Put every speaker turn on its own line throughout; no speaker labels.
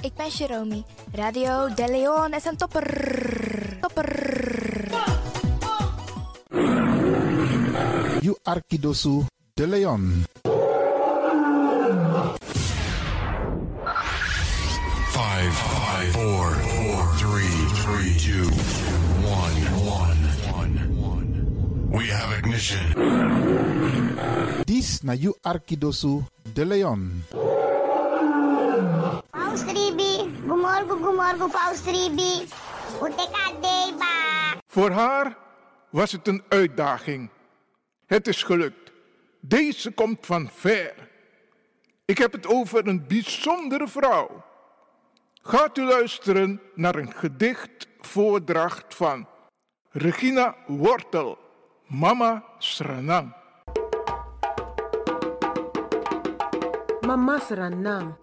Ik ben Jerome. Radio De Leon is een topper. Topper.
You Arkidosu de Leon.
Five, five, four, four, three, three, two, one, one, one. We have ignition.
This na You Arkidosu de Leon.
Paus 3B, goedemorgen, goedemorgen, Paus 3B. Uteka Deba.
Voor haar was het een uitdaging. Het is gelukt. Deze komt van ver. Ik heb het over een bijzondere vrouw. Gaat u luisteren naar een gedichtvoordracht van Regina Wortel, Mama Sranang.
Mama Sranam,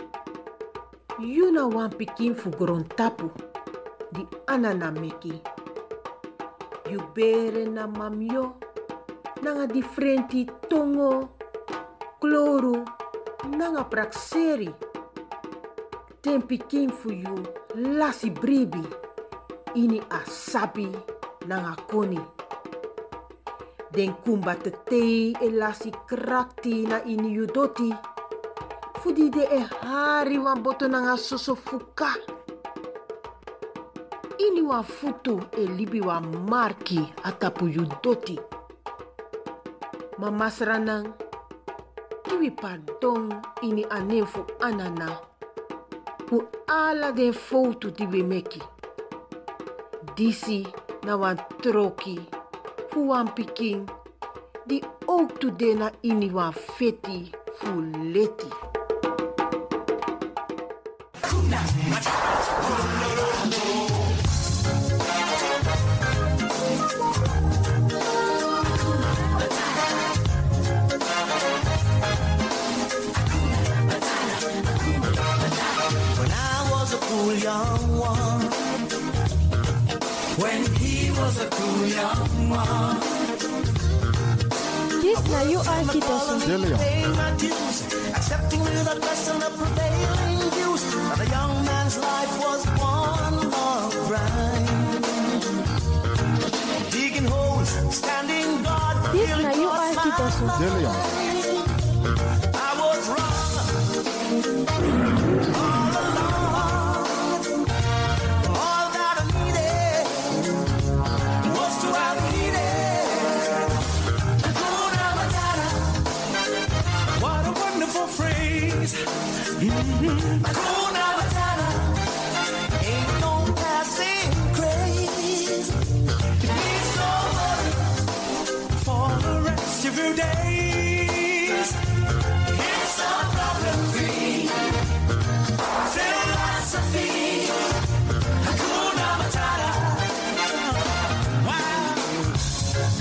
you know one pikin for Grontapu, the anana meki. You bere na mamyo, nanga differenti tongo, kloro, nanga prakseri. Ten pikin for you, lasi bribi, ini asabi, nanga koni. Den kumba te tei e lasi krakti na ini you doti. Fudi de e hari wan boto nanga soso fuka. Ini wan futu e libi wan marki atapu yu doti. Mama sranang, kiwi pardon ini anen fu anana. Fu ala den foutu di we meki. Disi na wan troki, fu wan pikin, di ook tu de na ini wan feti fu leti.
When I was a cool young one. When he was a cool young one.
Dit na You Arkidosu.
De Leon.
Paying my dues, accepting without question the prevailing views. But a young man's life was one long grind. Digging holes, standing guard.
Yes,
till it
now you
was
are
my
Kidosu.
De Leon.
I was wrong. All along. All that I needed was to have needed. Hakuna Matata. What a wonderful phrase. Mhm. Hakuna Matata. Ain't no passing craze. It's over for the rest of your days. It's a problem-free philosophy. Hakuna Matata. Wow.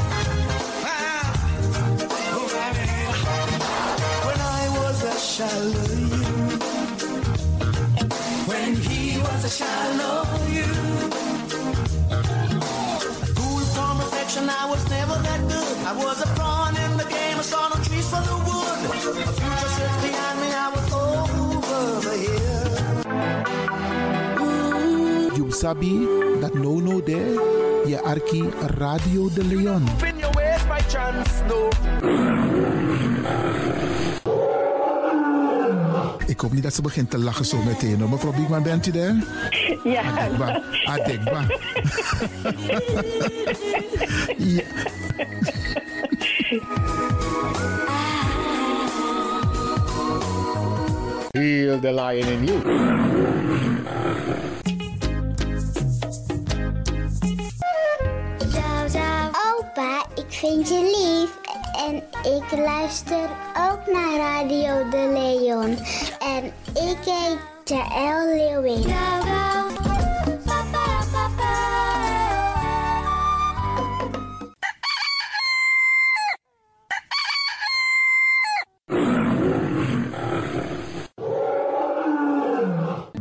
Wow. Oh, baby. When I was a Shallow you, when he was a shallow you. Cool from reflection, I was never that good. I was a pawn in the game, I saw no trees for the wood. A future sits behind me, I was over the hill.
You sabi that no no there. Je Arki Radio de Leon.
Spin your ways by chance, no.
Ik hoop niet dat ze begint te lachen zo meteen. hoor. Mevrouw Biekman, bent u daar?
Ja,
Adekba. Adekba. ja.
Heel de lion in you.
Zou, zou. Opa, ik vind je lief. En ik luister ook naar Radio De Leon. En ik heet Jaël Leeuwen.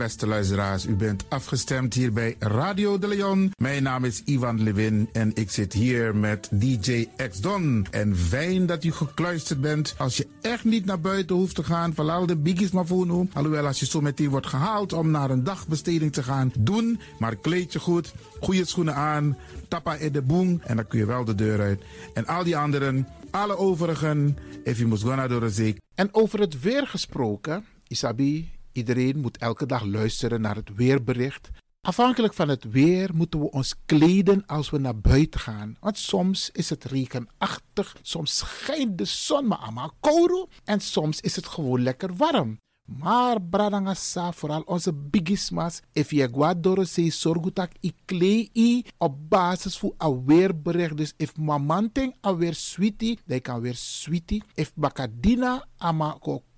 Beste
beste luisteraars. U bent afgestemd hier bij Radio de Leon. Mijn naam is Ivan Levin en ik zit hier met DJ X Don. En fijn dat u gekluisterd bent. Als je echt niet naar buiten hoeft te gaan, verlaal de biggies maar voor nu. Alhoewel, als je zo meteen wordt gehaald om naar een dagbesteding te gaan, doen. Maar kleed je goed, goede schoenen aan, tappa in de boem en dan kun je wel de deur uit. En al die anderen, alle overigen, if you must go naar door de zee,
En over het weer gesproken, Isabi, iedereen moet elke dag luisteren naar het weerbericht. Afhankelijk van het weer moeten we ons kleden als we naar buiten gaan. Want soms is het regenachtig, soms schijnt de zon maar allemaal kouro en soms is het gewoon lekker warm. Maar bradangasa, vooral onze bigismas, if je guadoro se sorgutak i klei i op basis voor een weerbericht. Dus if mamanting a weer sweetie, dan kan weer sweetie. If bakadina ama ko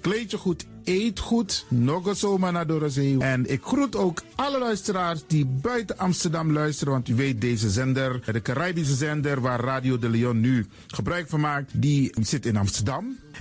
Kleed je goed, eet goed. Nog een zomaar naar Dorozee. En ik groet ook alle luisteraars die buiten Amsterdam luisteren. Want u weet, deze zender, de Caribische zender waar Radio de Leon nu gebruik van maakt, die zit in Amsterdam.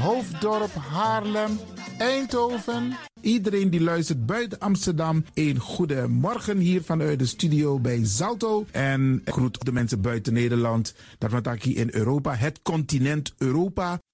Hoofddorp, Haarlem, Eindhoven.
Iedereen die luistert buiten Amsterdam, een goede morgen hier vanuit de studio bij Zalto. En ik groet de mensen buiten Nederland, dat wat ook hier in Europa, het continent Europa.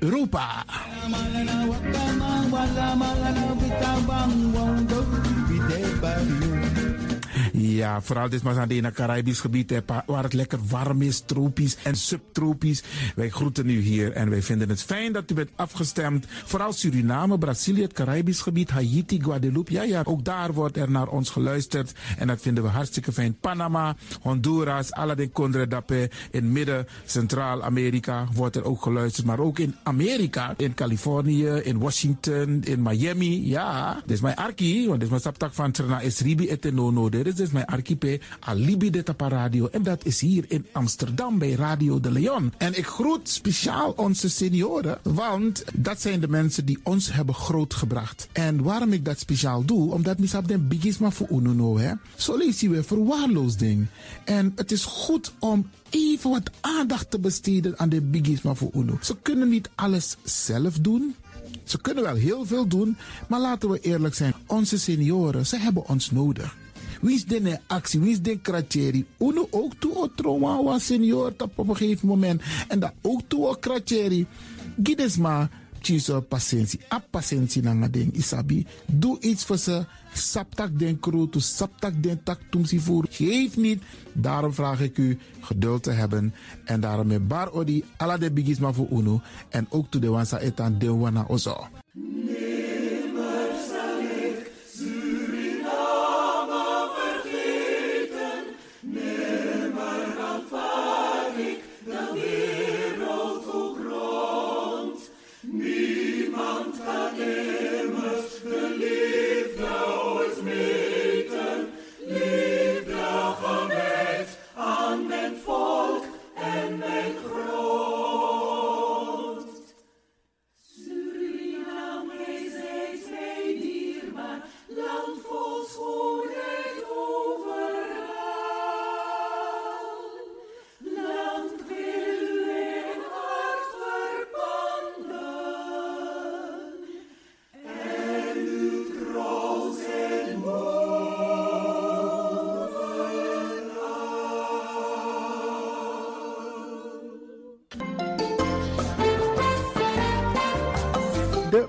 Europa. Ja, vooral dit maar aan het Caribisch gebied, hè, pa- waar het lekker warm is, tropisch en subtropisch. Wij groeten u hier en wij vinden het fijn dat u bent afgestemd. Vooral Suriname, Brazilië, het Caribisch gebied, Haiti, Guadeloupe. Ja, ja, ook daar wordt er naar ons geluisterd en dat vinden we hartstikke fijn. Panama, Honduras, Aladdin Condre Dapé, in midden, Centraal-Amerika wordt er ook geluisterd. Maar ook in Amerika, in Californië, in Washington, in Miami. Ja, dit is mijn arki, want dit is mijn saptak van Trena is Ribi et Nono. Dit is dus mijn archipel Alibi de Tapa Radio. En dat is hier in Amsterdam bij Radio de Leon. En ik groet speciaal onze senioren, want dat zijn de mensen die ons hebben grootgebracht. En waarom ik dat speciaal doe, omdat misap den bigisma voor ununo, hè. Zo lezen we verwaarloosding. En het is goed om even wat aandacht te besteden aan de bigisma voor uno. Ze kunnen niet alles zelf doen. Ze kunnen wel heel veel doen, maar laten we eerlijk zijn. Onze senioren, ze hebben ons nodig. Wie is de actie, wie is de kratjeri? Uno ook toe o trauma wa senior tap op een gegeven moment. En dat ook toe o kratjeri. Gides maar, tjiso patiëntie. A patiëntie nanga ding, isabi. Doe iets voor ze. Saptak den kroto, saptak den tak tumsi voer. Geef niet. Daarom vraag ik u geduld te hebben. En daarom met bar odi, ala de bigisma voor uno. En ook toe de wansa etan de wana ozo.
De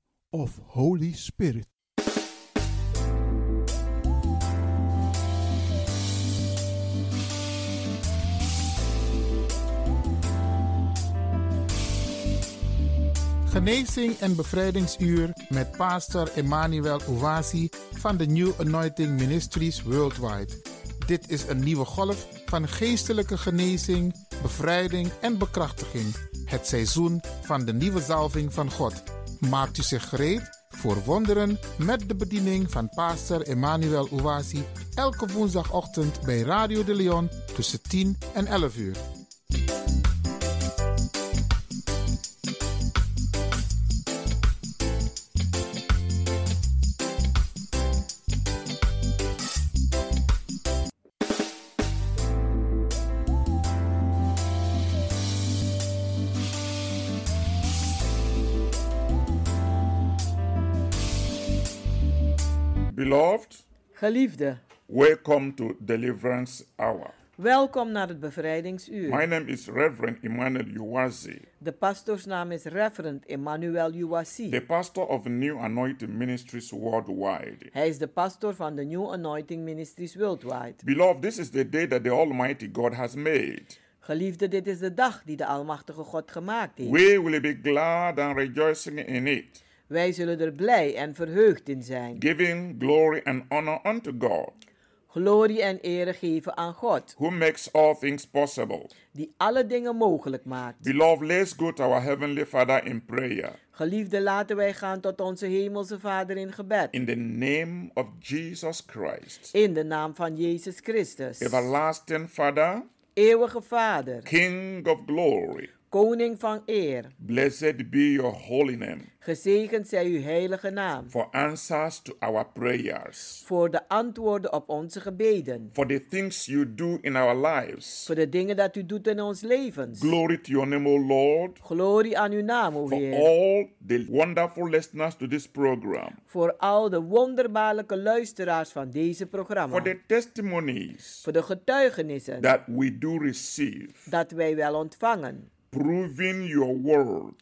of Holy Spirit.
Genezing en bevrijdingsuur met pastor Emmanuel Ouasi van de New Anointing Ministries Worldwide. Dit is een nieuwe golf van geestelijke genezing, bevrijding en bekrachtiging. Het seizoen van de nieuwe zalving van God. Maakt u zich gereed voor wonderen met de bediening van pastor Emmanuel Ouasi elke woensdagochtend bij Radio de Leon tussen 10 en 11 uur.
Beloved,
Geliefde,
welcome to Deliverance Hour.
welkom naar het bevrijdingsuur.
My name is Reverend Emmanuel Uwazi,
De pastoorsnaam is Reverend Emmanuel Uwasi.
the pastor of New Anointing Ministries worldwide.
Hij is de pastor van de New Anointing Ministries Worldwide.
Beloved, this is the day that the Almighty God has made.
Geliefde, dit is de dag die de Almachtige God gemaakt heeft.
We will be glad and rejoicing in it,
Wij zullen er blij en verheugd in zijn.
giving glory and honor unto God,
Glorie en ere geven aan God,
who makes all things possible.
die alle dingen mogelijk maakt.
Beloved, let's go to our Heavenly Father in prayer.
Geliefde, laten wij gaan tot onze Hemelse Vader in gebed.
In the name of Jesus Christ,
In de naam van Jezus Christus.
everlasting Father,
Eeuwige Vader,
King of glory.
Koning van eer.
Blessed be your holy name
Gezegend zij uw heilige naam.
for answers to our prayers,
Voor de antwoorden op onze gebeden.
for the things you do in our lives.
Voor de dingen dat u doet in ons levens.
Glory to your name, O Lord,
Glorie aan uw naam, o
for
Heer.
all the wonderful listeners to this program,
Voor al de wonderbaarlijke luisteraars van deze
for
programma.
the testimonies
Voor de getuigenissen
that we do receive,
dat wij wel ontvangen.
proving your word,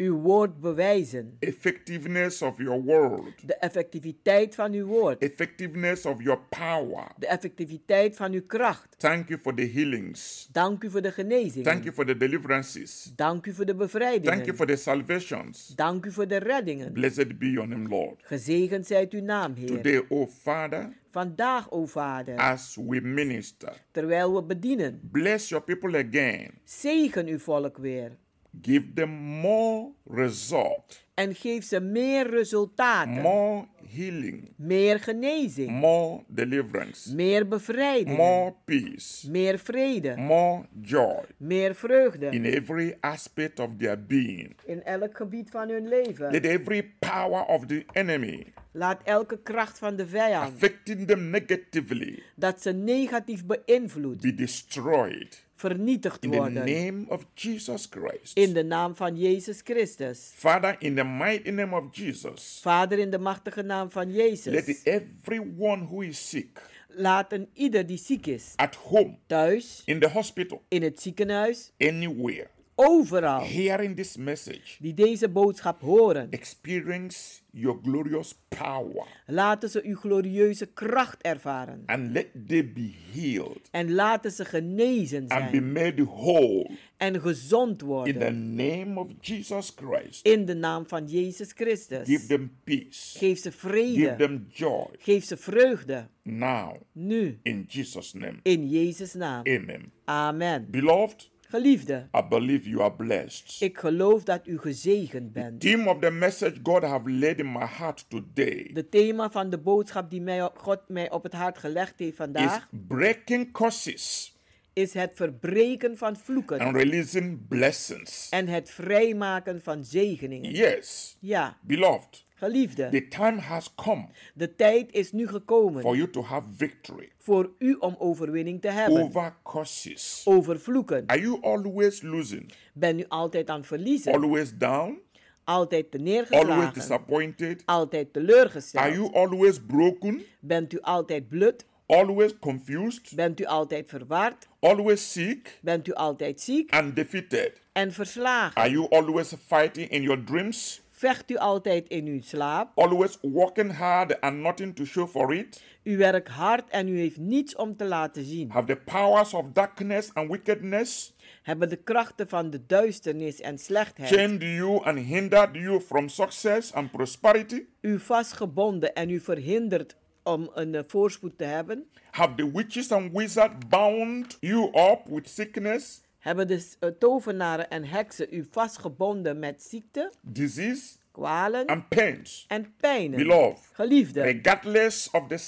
Uw woord bewijzen.
effectiveness of your word,
De effectiviteit van uw woord.
effectiveness of your power.
De effectiviteit van uw kracht.
Thank you for the healings.
Dank u voor de
Thank you
genezingen.
for the deliverances.
Dank u voor de
Thank you
bevrijdingen.
for the salvations.
Dank u voor de reddingen.
Blessed be your name, Lord.
Gezegend zijt uw naam, Heer.
Today, O Father,
Vandaag, o Vader,
as we minister,
terwijl we bedienen,
bless your people again.
zegen uw volk weer.
Give them more result,
En geef ze meer resultaten,
more healing,
meer genezing,
more deliverance,
meer bevrijding,
more peace,
meer vrede,
more joy
meer vreugde
in every aspect of their being.
in elk gebied van hun
Let
leven.
every power of the enemy
Laat elke kracht van de vijand
affecting them negatively
dat ze negatief beïnvloedt,
be destroyed
vernietigd
in the
worden.
name of Jesus Christ.
In de naam van Jezus Christus.
Father, in the mighty name of Jesus,
Vader, in de machtige naam van
let
Jezus,
everyone who is sick
laat een ieder die ziek is,
at home
thuis,
in the hospital,
in het ziekenhuis,
anywhere,
Oh.
overal,
hearing this message,
die deze boodschap horen,
experience your glorious power
laten ze uw glorieuze kracht ervaren.
and let they be healed
En laten ze genezen
and be
zijn
made whole
en gezond
in the
worden.
name of Jesus Christ.
In de naam van Jezus
Give
Christus.
them peace,
Geef ze
give
vrede.
them joy
Geef ze vreugde.
now
Nu.
in Jesus' name.
In Jezus' naam.
Amen.
Amen.
Beloved,
Geliefde,
I believe you are blessed.
ik geloof dat u gezegend bent.
Theme of the message God have laid in my heart today
De thema van de boodschap die mij, God mij op het hart gelegd heeft
is
vandaag
breaking curses
is het verbreken van vloeken
and releasing blessings.
en het vrijmaken van zegeningen.
Yes,
Ja,
beloved,
Geliefde,
the time has come
de tijd is nu gekomen
for you to have victory
voor u om overwinning te hebben
over curses.
over vloeken.
Are you always losing,
Ben u altijd aan het verliezen,
always down,
altijd te
always
neergeslagen,
disappointed?
altijd
Are
teleurgesteld.
you always broken,
Bent u altijd blut,
always confused,
bent u altijd verwaard,
always sick
bent u altijd ziek
and defeated?
en verslagen.
Are you always fighting in your dreams,
Vecht u altijd in uw slaap,
always working hard and nothing to show for it?
u werkt hard en u heeft niets om te laten zien.
Have the powers of darkness and wickedness
Hebben de krachten van de duisternis en slechtheid
chained you and hindered you from success and prosperity?
u vastgebonden en u verhinderd om een eh, voorspoed te hebben?
Have the witches and wizards bound you up with sickness,
Hebben de s- eh, tovenaren en heksen u vastgebonden met ziekte,
disease,
kwalen
and pains?
en pijnen?
Beloved,
Geliefde,
regardless of the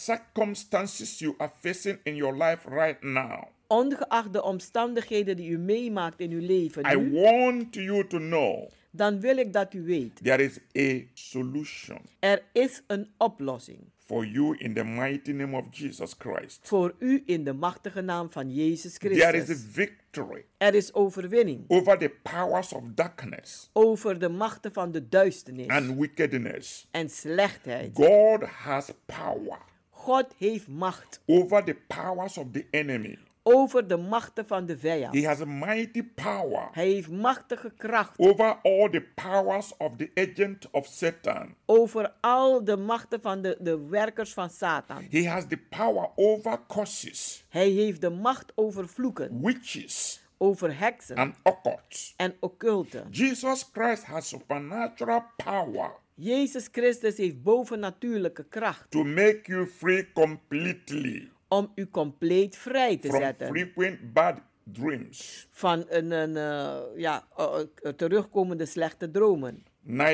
circumstances you are facing in your life right now,
ongeacht de omstandigheden die u meemaakt in uw
I
leven nu,
want you to know
dan wil ik dat u weet,
there is a solution
er is een oplossing
for you in the mighty name of Jesus Christ.
voor u in de machtige naam van Jezus
There is a
Christus.
victory
Er is overwinning
over the powers of darkness
over de machten van de duisternis
and wickedness.
en slechtheid.
God has power
God heeft macht
over the powers of the enemy.
over de machten van de
He
vijand.
has a mighty power
Hij heeft machtige kracht
over all the powers of the agent of Satan.
over al de machten van de, de werkers van Satan.
He has the power over curses,
Hij heeft de macht over vloeken,
witches,
over heksen
and occults.
en occulten.
Jesus Christ has supernatural power
Jezus Christus heeft bovennatuurlijke kracht
to make you free completely
om u compleet vrij te
from
zetten
frequent bad dreams,
van een, een eh, ja, eh, eh, terugkomende slechte dromen,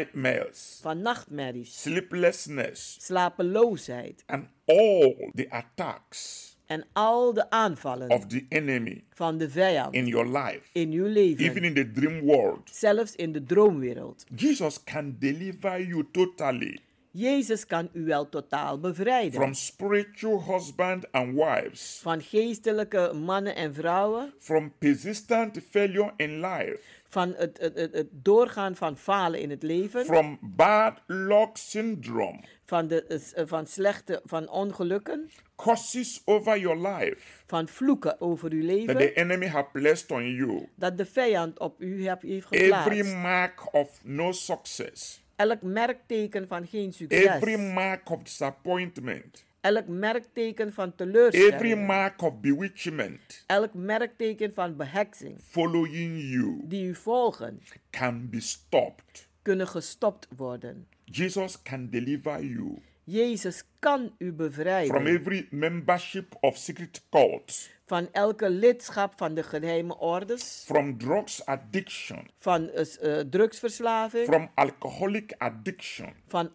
nightmares,
van nachtmerries,
sleeplessness,
slapeloosheid
and all the attacks
en al de aanvallen
of the enemy
van de vijand
in your life,
in uw
even
leven,
in the dream world.
zelfs in de droomwereld.
Jesus can deliver you totally
Jezus kan u wel totaal bevrijden
from spiritual husband and wives,
van geestelijke mannen en vrouwen,
from persistent failure in life,
van het, het, het, het doorgaan van falen in het leven,
from bad luck syndrome,
van, de, eh, s- eh, van slechte, van ongelukken,
curses over your life
van vloeken over uw
that
leven,
the enemy has placed on you,
dat de vijand op u heb- heeft
every
geplaatst.
mark of no success,
Elk merkteken van geen
every
succes,
mark of disappointment,
elk merkteken van
every
teleurstelling,
mark of bewitchment
elk merkteken van beheksing,
following you
die u volgen,
can be stopped.
kunnen gestopt worden.
Jesus can deliver you
Jezus kan u
from
bevrijden.
every membership of secret cults,
van elke lidschap van de geheime ordes,
from drugs addiction,
van eh, s- eh, drugsverslaving,
from alcoholic addiction,
van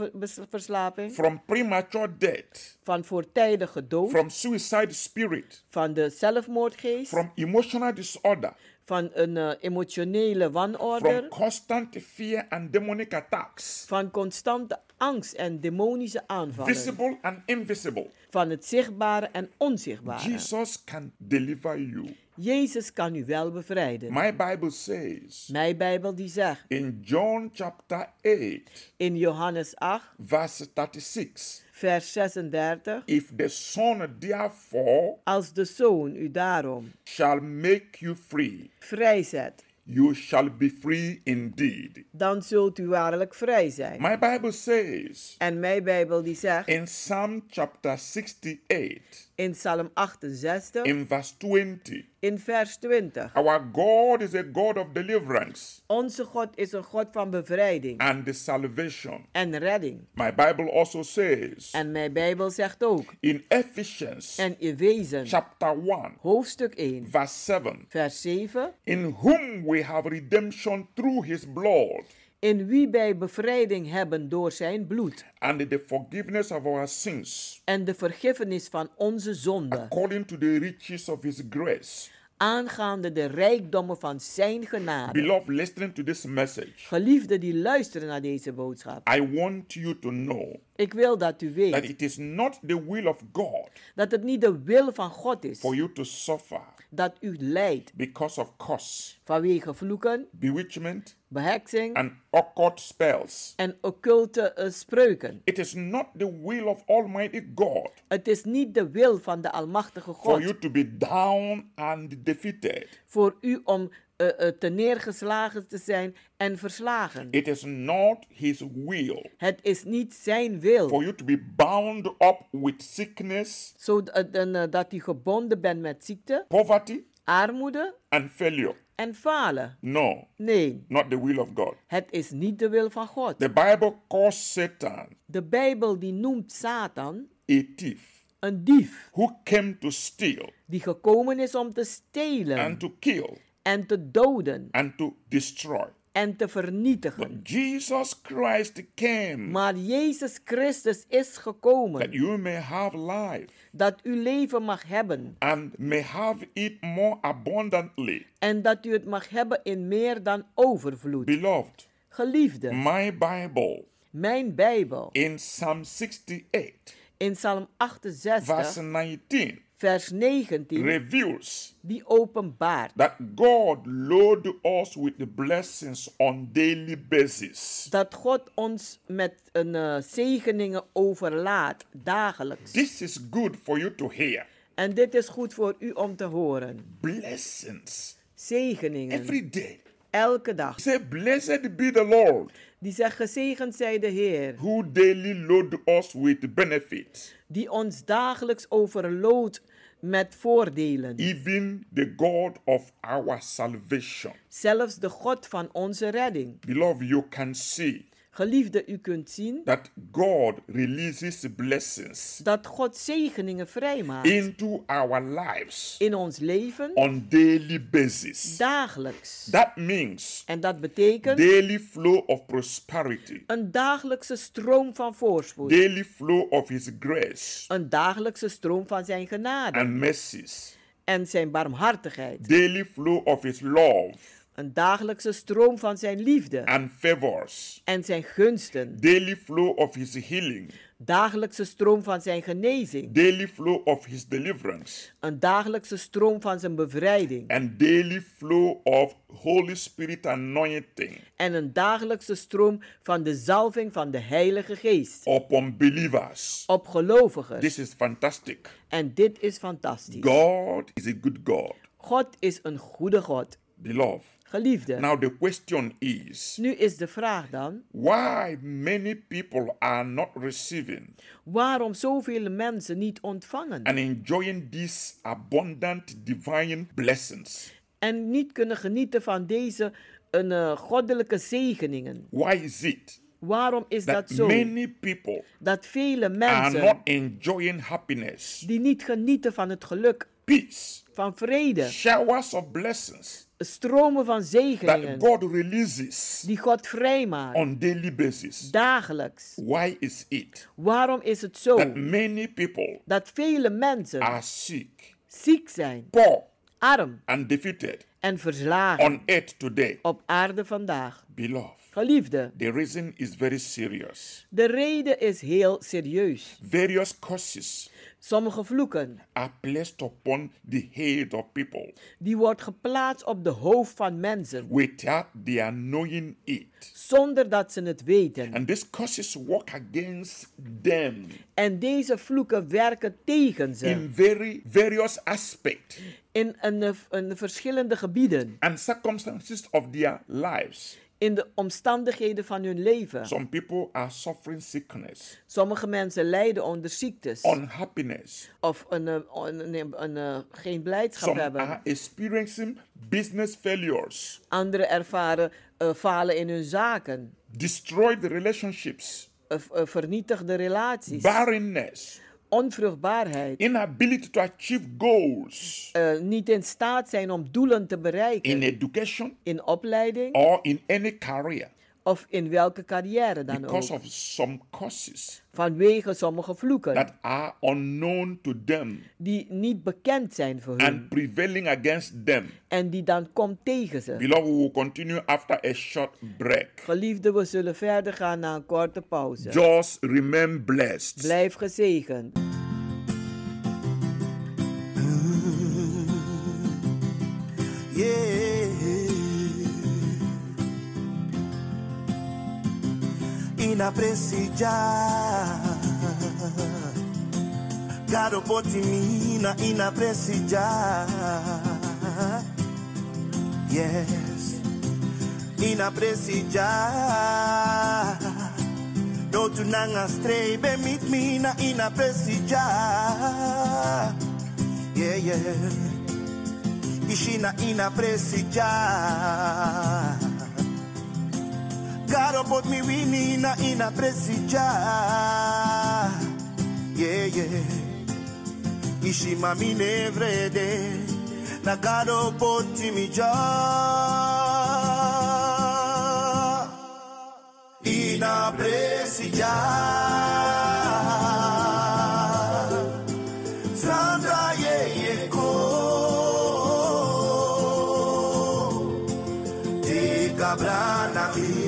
alcoholverslaving,
from premature death,
van voortijdige dood,
from suicide spirit,
van de zelfmoordgeest,
from emotional disorder,
van een eh, emotionele
from
wanorde,
constant fear and demonic attacks,
van constante angst en demonische aanvallen,
visible and invisible.
van het zichtbare en onzichtbare.
Jesus can deliver you.
Jezus kan u wel bevrijden.
My Bible says
Mijn Bijbel die zegt
in John chapter 8,
in Johannes 8,
verse 36
vers 36,
If the Son therefore
als de Zoon u daarom
shall make you free,
vrijzet,
you shall be free indeed.
dan zult u waarlijk vrij zijn.
My Bible says
En mijn Bijbel die zegt
in Psalm chapter 68,
in Psalm 68
in verse 20,
in vers 20.
Our God is a God of deliverance
Onze God is een God van bevrijding
and the salvation.
en redding.
My Bible also says
En mijn Bijbel zegt ook
in Ephesians
en in wezen,
chapter 1,
hoofdstuk 1,
verse 7,
vers 7.
in whom we have redemption through his blood
In wie wij bevrijding hebben door zijn bloed
and the forgiveness of our sins
en de vergiffenis van onze zonden,
according to the riches of his grace
aangaande de rijkdommen van zijn genade.
Beloved, listening to this message,
Geliefden die luisteren naar deze boodschap,
I want you to know
ik wil dat u
that
weet
it is not the will of God
dat het niet de wil van God is
for you to suffer
dat u lijdt
because of curse,
vanwege vloeken,
bewitchment,
beheksing
and occult spells.
en occulte eh, spreuken.
It is not the will of Almighty God
Het is niet de wil van de Almachtige
for you
God
to be down and defeated.
voor u om eh, eh, te neergeslagen te zijn en verslagen.
It is not His will
Het is niet zijn wil
for you to be bound up with sickness,
zodat eh, dat u gebonden bent met ziekte,
poverty,
armoede
and failure.
en falen.
No,
Nee,
not the will of God.
het is niet de wil van God.
The Bible calls Satan
De Bijbel die noemt Satan
a thief
een dief
who came to steal
die gekomen is om te stelen
and to kill
en te doden
and to destroy.
en te vernietigen.
But Jesus Christ came
Maar Jezus Christus is
that
gekomen
you may have life
dat u leven mag hebben
and may have it more abundantly.
en dat u het mag hebben in meer dan overvloed.
Beloved,
Geliefde,
my Bible
mijn Bijbel
in Psalm 68,
in Psalm
verse
68,
19,
vers 19,
reveals
die openbaart
that God load us with the blessings on daily basis.
dat God ons met een eh, zegeningen overlaat dagelijks.
This is good for you to hear.
En dit is goed voor u om te horen.
Blessings
Zegeningen.
every day.
Elke dag.
Say, Blessed be the Lord
Die zegt, gezegend zij de Heer,
who daily load us with benefits,
die ons dagelijks overloodt met voordelen.
even the God of our salvation.
Zelfs de God van onze redding.
Beloved, you can see
Geliefde, u kunt zien
that God releases blessings
dat God zegeningen vrijmaakt
into our lives
in ons leven,
on daily basis.
dagelijks.
That means
En dat betekent
daily flow of prosperity,
een dagelijkse stroom van voorspoed.
daily flow of His grace
Een dagelijkse stroom van zijn genade
and mercies,
en zijn barmhartigheid.
daily flow of His love
Een dagelijkse stroom van zijn liefde
and favors,
en zijn gunsten.
daily flow of His healing,
Dagelijkse stroom van zijn genezing.
daily flow of His deliverance,
Een dagelijkse stroom van zijn bevrijding.
and daily flow of Holy Spirit anointing
En een dagelijkse stroom van de zalving van de Heilige Geest.
upon believers.
Op gelovigen.
This is fantastic.
En dit is fantastisch.
God is a good God,
God is een goede God.
beloved.
Geliefde.
Now the question is
Nu is de vraag dan,
why many people are not receiving
waarom zoveel mensen niet ontvangen
and enjoying these abundant divine blessings?
en niet kunnen genieten van deze een, eh, goddelijke zegeningen?
Why is it
Waarom is
that
dat zo?
many people
Dat vele
are not
mensen
enjoying happiness,
die niet genieten van het geluk,
peace,
van vrede,
showers of blessings
stromen van
that
zegeningen
God releases
die God vrijmaakt,
on daily basis?
dagelijks.
Why is it
Waarom is het zo
that many people
dat vele mensen
are sick,
ziek zijn,
poor,
arm
and defeated
en verslagen
on earth today?
op aarde vandaag?
Beloved,
Geliefde,
the reason is very serious.
de reden is heel serieus.
Various curses
Sommige vloeken
are placed upon the head of people
die wordt geplaatst op de hoofd van mensen
without their knowing it.
zonder dat ze het weten.
And these curses work against them
En deze vloeken werken tegen
in
ze
very various aspects
in, een, eh, een verschillende gebieden,
and circumstances of their lives.
in de omstandigheden van hun leven.
Some people are suffering sickness,
Sommige mensen lijden onder ziektes
unhappiness.
of een, eh, een, een, een, eh, geen blijdschap
Some
hebben.
are experiencing business failures,
Anderen ervaren eh, falen in hun zaken,
destroyed relationships,
eh, v- eh, vernietigde relaties,
barrenness,
onvruchtbaarheid,
inability to achieve goals
eh, niet in staat zijn om doelen te bereiken
in education
in opleiding
or in any career.
of in welke carrière dan
because
ook.
of some curses
Vanwege sommige vloeken
that are unknown to them
die niet bekend zijn voor hen
and prevailing against them.
en die dan komt tegen ze.
Beloved, we will continue after a short break.
Geliefde, we zullen verder gaan na een korte pauze.
Just remain blessed.
Blijf gezegend.
Yeah. Inapresija. Caro potimina inapresija. Yes. Inapresija. Don't you nanga stray be meet me na inapresija. Yeah, yeah. Ishina ina presija. God put me winning na ina presija. Yeah, yeah. Ishima mine evrede. Na God put me ja. Ina presija. Sandra Yeyeko Tika Branami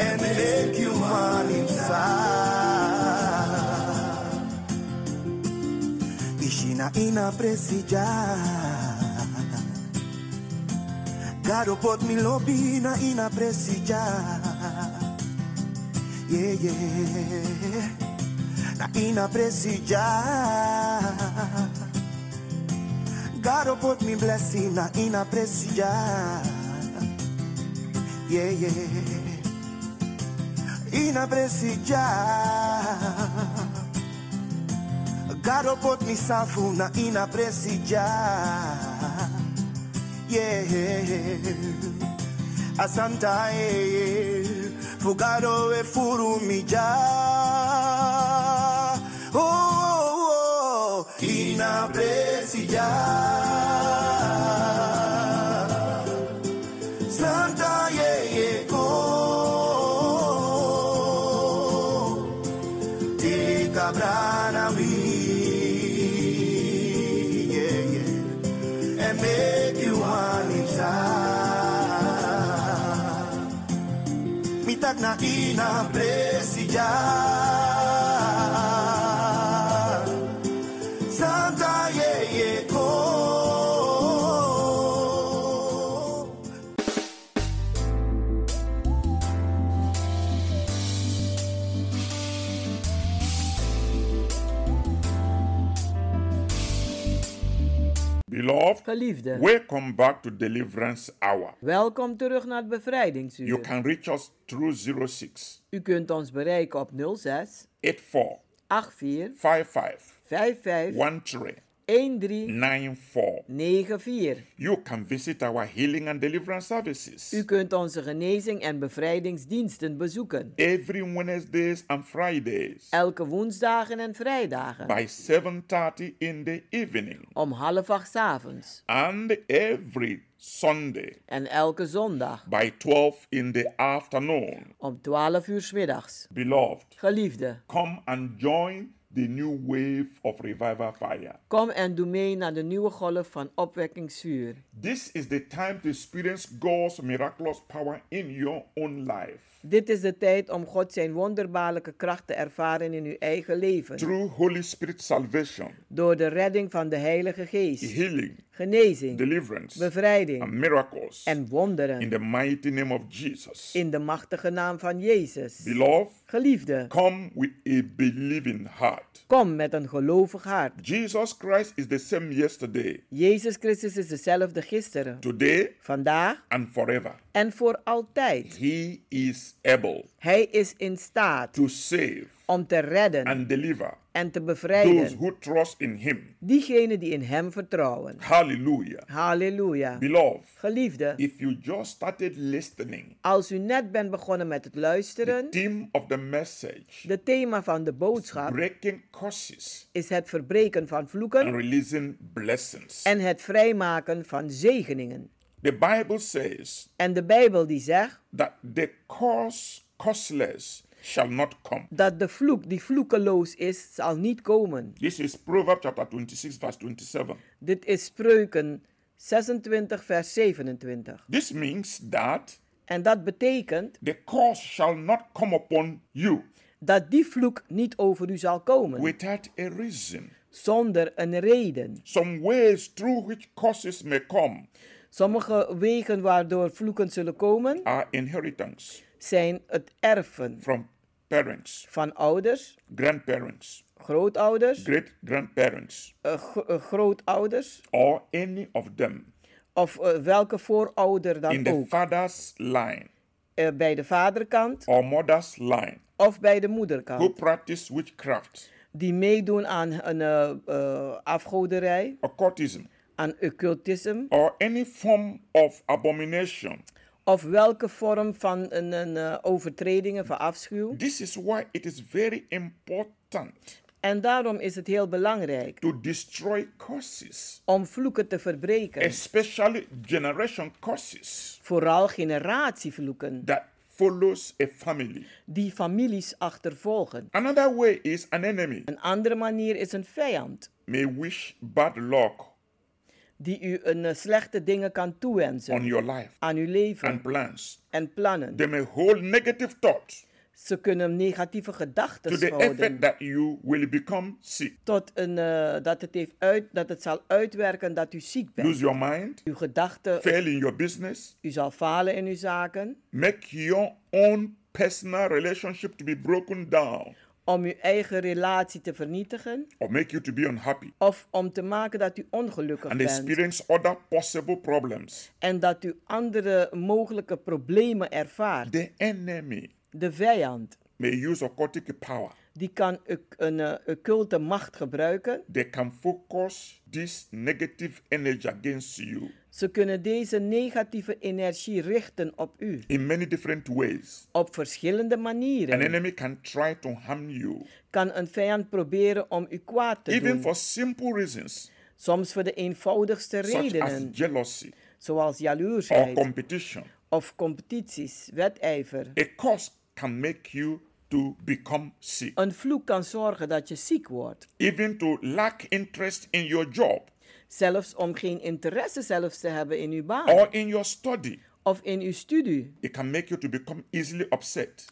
And make you man inside Ishina ina presija Garo pot mi lobina ina presija yeah, yeah. Na ina presija. God put me blessing na ina presija. Yeah, yeah. Ina presija. God put me safu na ina presija. Yeah. Asanta eh, eh, fugaro e furumija. Oh, oh, oh, ina presija. Santa eh, yeyeko. Tika branami. Yeah, yeah and make you one inside. Mi tak na ina presija. Santa oh. yeye
Oh.
ko.
Beloved,
Geliefde,
welcome back to Deliverance Hour.
welkom terug naar het
You
bevrijdingsuur.
can reach us through 06
U kunt ons bereiken op 06
84
84
55
55
13
13
94.
94.
You can visit our healing and deliverance
U
services
kunt onze genezing en bevrijdingsdiensten bezoeken.
every Wednesdays and Fridays
Elke woensdagen en vrijdagen.
by 7:30 in the evening
Om half acht 's avonds.
and every Sunday
En elke zondag.
by 12 in the afternoon.
Om 12 uur 's middags.
Beloved,
Geliefde,
come and join the new wave of revival fire.
kom en doe mee naar de nieuwe golf van opwekkingsvuur.
This is the time to experience God's miraculous power in your own life
Dit is de tijd om God zijn wonderbaarlijke kracht te ervaren in uw eigen leven.
through Holy Spirit salvation,
Door de redding van de Heilige Geest,
healing,
genezing,
deliverance, and
bevrijding
miracles
en
in
wonderen.
the mighty name of Jesus.
In de machtige naam van Jezus.
Beloved,
Geliefde,
come with a believing heart.
kom met een gelovig hart.
Jesus Christ is the same yesterday,
Jezus Christus is dezelfde gisteren,
today,
vandaag
and forever.
en voor altijd.
He is able
Hij is in staat
to save
om te redden
and deliver
en te
those
bevrijden
who trust in Him.
diegenen die in Hem vertrouwen.
Hallelujah.
Halleluja.
Beloved,
Geliefde,
if you just started listening,
als u net bent begonnen met het luisteren,
the theme of the message
de thema van de boodschap
breaking curses
is het verbreken van
and
vloeken
releasing blessings.
en het vrijmaken van zegeningen.
The Bible says
En de Bijbel die zegt
that the curse, causeless shall not come.
dat de vloek die vloekeloos is, zal niet komen.
This is Proverbs chapter 26, verse 27.
Dit is Spreuken 26, vers 27.
This means that
En dat betekent
the curse shall not come upon you
dat die vloek niet over u zal komen,
without a reason.
zonder een reden.
Some ways through which curses may come
Sommige wegen waardoor vloeken zullen komen,
are inheritance
zijn het erven
from parents,
van ouders,
grandparents,
grootouders,
great grandparents,
eh, gro- eh, grootouders
or any of them
of eh, welke voorouder
in
dan
the
ook.
father's line
Eh, bij de vaderkant
or mother's line
of bij de
who
moederkant.
practice witchcraft,
Die meedoen aan een eh, eh, afgoderij,
occultism,
aan occultisme
or any form of abomination.
of welke vorm van een, een, eh, overtredingen van afschuw.
This is why it is very important
En daarom is het heel belangrijk
to destroy curses,
om vloeken te verbreken.
especially generation curses
Vooral generatievloeken
that follows a family.
die families achtervolgen.
Another way is an enemy
Een andere manier is een vijand
may wish bad luck
die u een eh, slechte dingen kan toewensen
on your life
aan uw
and
leven
plans.
en plannen.
They may hold negative thoughts
Ze kunnen negatieve
to
gedachten
the effect
houden
that you will become sick,
tot een, eh, dat, het heeft uit, dat het zal uitwerken dat u ziek
lose
bent.
your mind,
Uw gedachten,
fail in your business,
u zal falen in uw zaken.
make your own personal relationship to be broken down,
om uw eigen relatie te vernietigen
or make you to be unhappy.
of om te maken dat u ongelukkig
and
bent
experience other possible problems.
en dat u andere mogelijke problemen ervaart.
The enemy
De vijand
may use occultic power.
die kan oc- een eh, occulte macht gebruiken.
They can focus this negative energy against you
Ze kunnen deze negatieve energie richten op u
in many different ways.
op verschillende
An
manieren.
enemy can try to harm you,
Kan een vijand proberen om u kwaad te
even
doen,
for simple reasons
soms voor de eenvoudigste
such as Oh,
redenen,
jealousy
zoals
or
jaloersheid
competition.
of competities, wedijver.
A curse can make you to become sick,
Een vloek kan zorgen dat je ziek wordt.
even to lack interest in your job
Zelfs om geen interesse zelfs te hebben in uw baan
or in your study.
of in uw studie.
It can make you to become easily upset,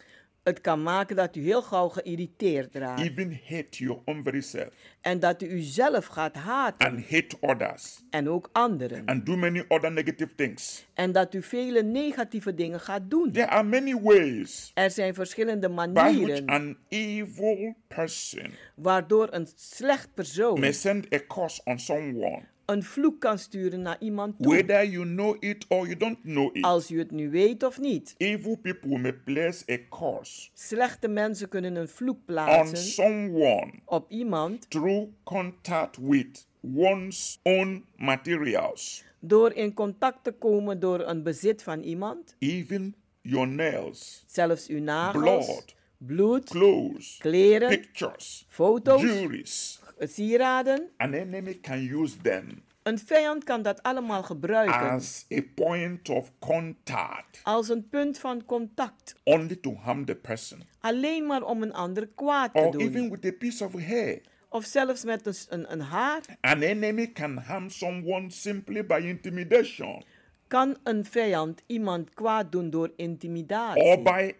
Het kan maken dat u heel gauw geïrriteerd raakt
even hate your own very self.
en dat u uzelf gaat haten
and hate others
en ook anderen.
and do many other negative things.
En dat u vele negatieve dingen gaat doen.
There are many ways
Er zijn verschillende
by which
manieren
an evil person
waardoor een slecht persoon
may send a curse on someone,
een vloek kan sturen naar iemand toe.
whether you know it or you don't know it.
Als u het nu weet of niet.
Evil people may place a curse
Slechte mensen kunnen een vloek
on
plaatsen
someone
op iemand
through contact with one's own materials,
door in contact te komen door een bezit van iemand.
even your nails,
zelfs uw nagels,
Blood.
bloed,
clothes,
kleren,
pictures,
foto's,
jewelries.
sieraden.
An enemy can use them
Een vijand kan dat allemaal gebruiken
as a point of contact
als een punt van contact,
only to harm the person
alleen maar om een ander kwaad te
or
doen.
even with a piece of hair
Of zelfs met een, s- een, een haar
an enemy can harm someone simply by intimidation
kan een vijand iemand kwaad doen door
or
intimidatie
by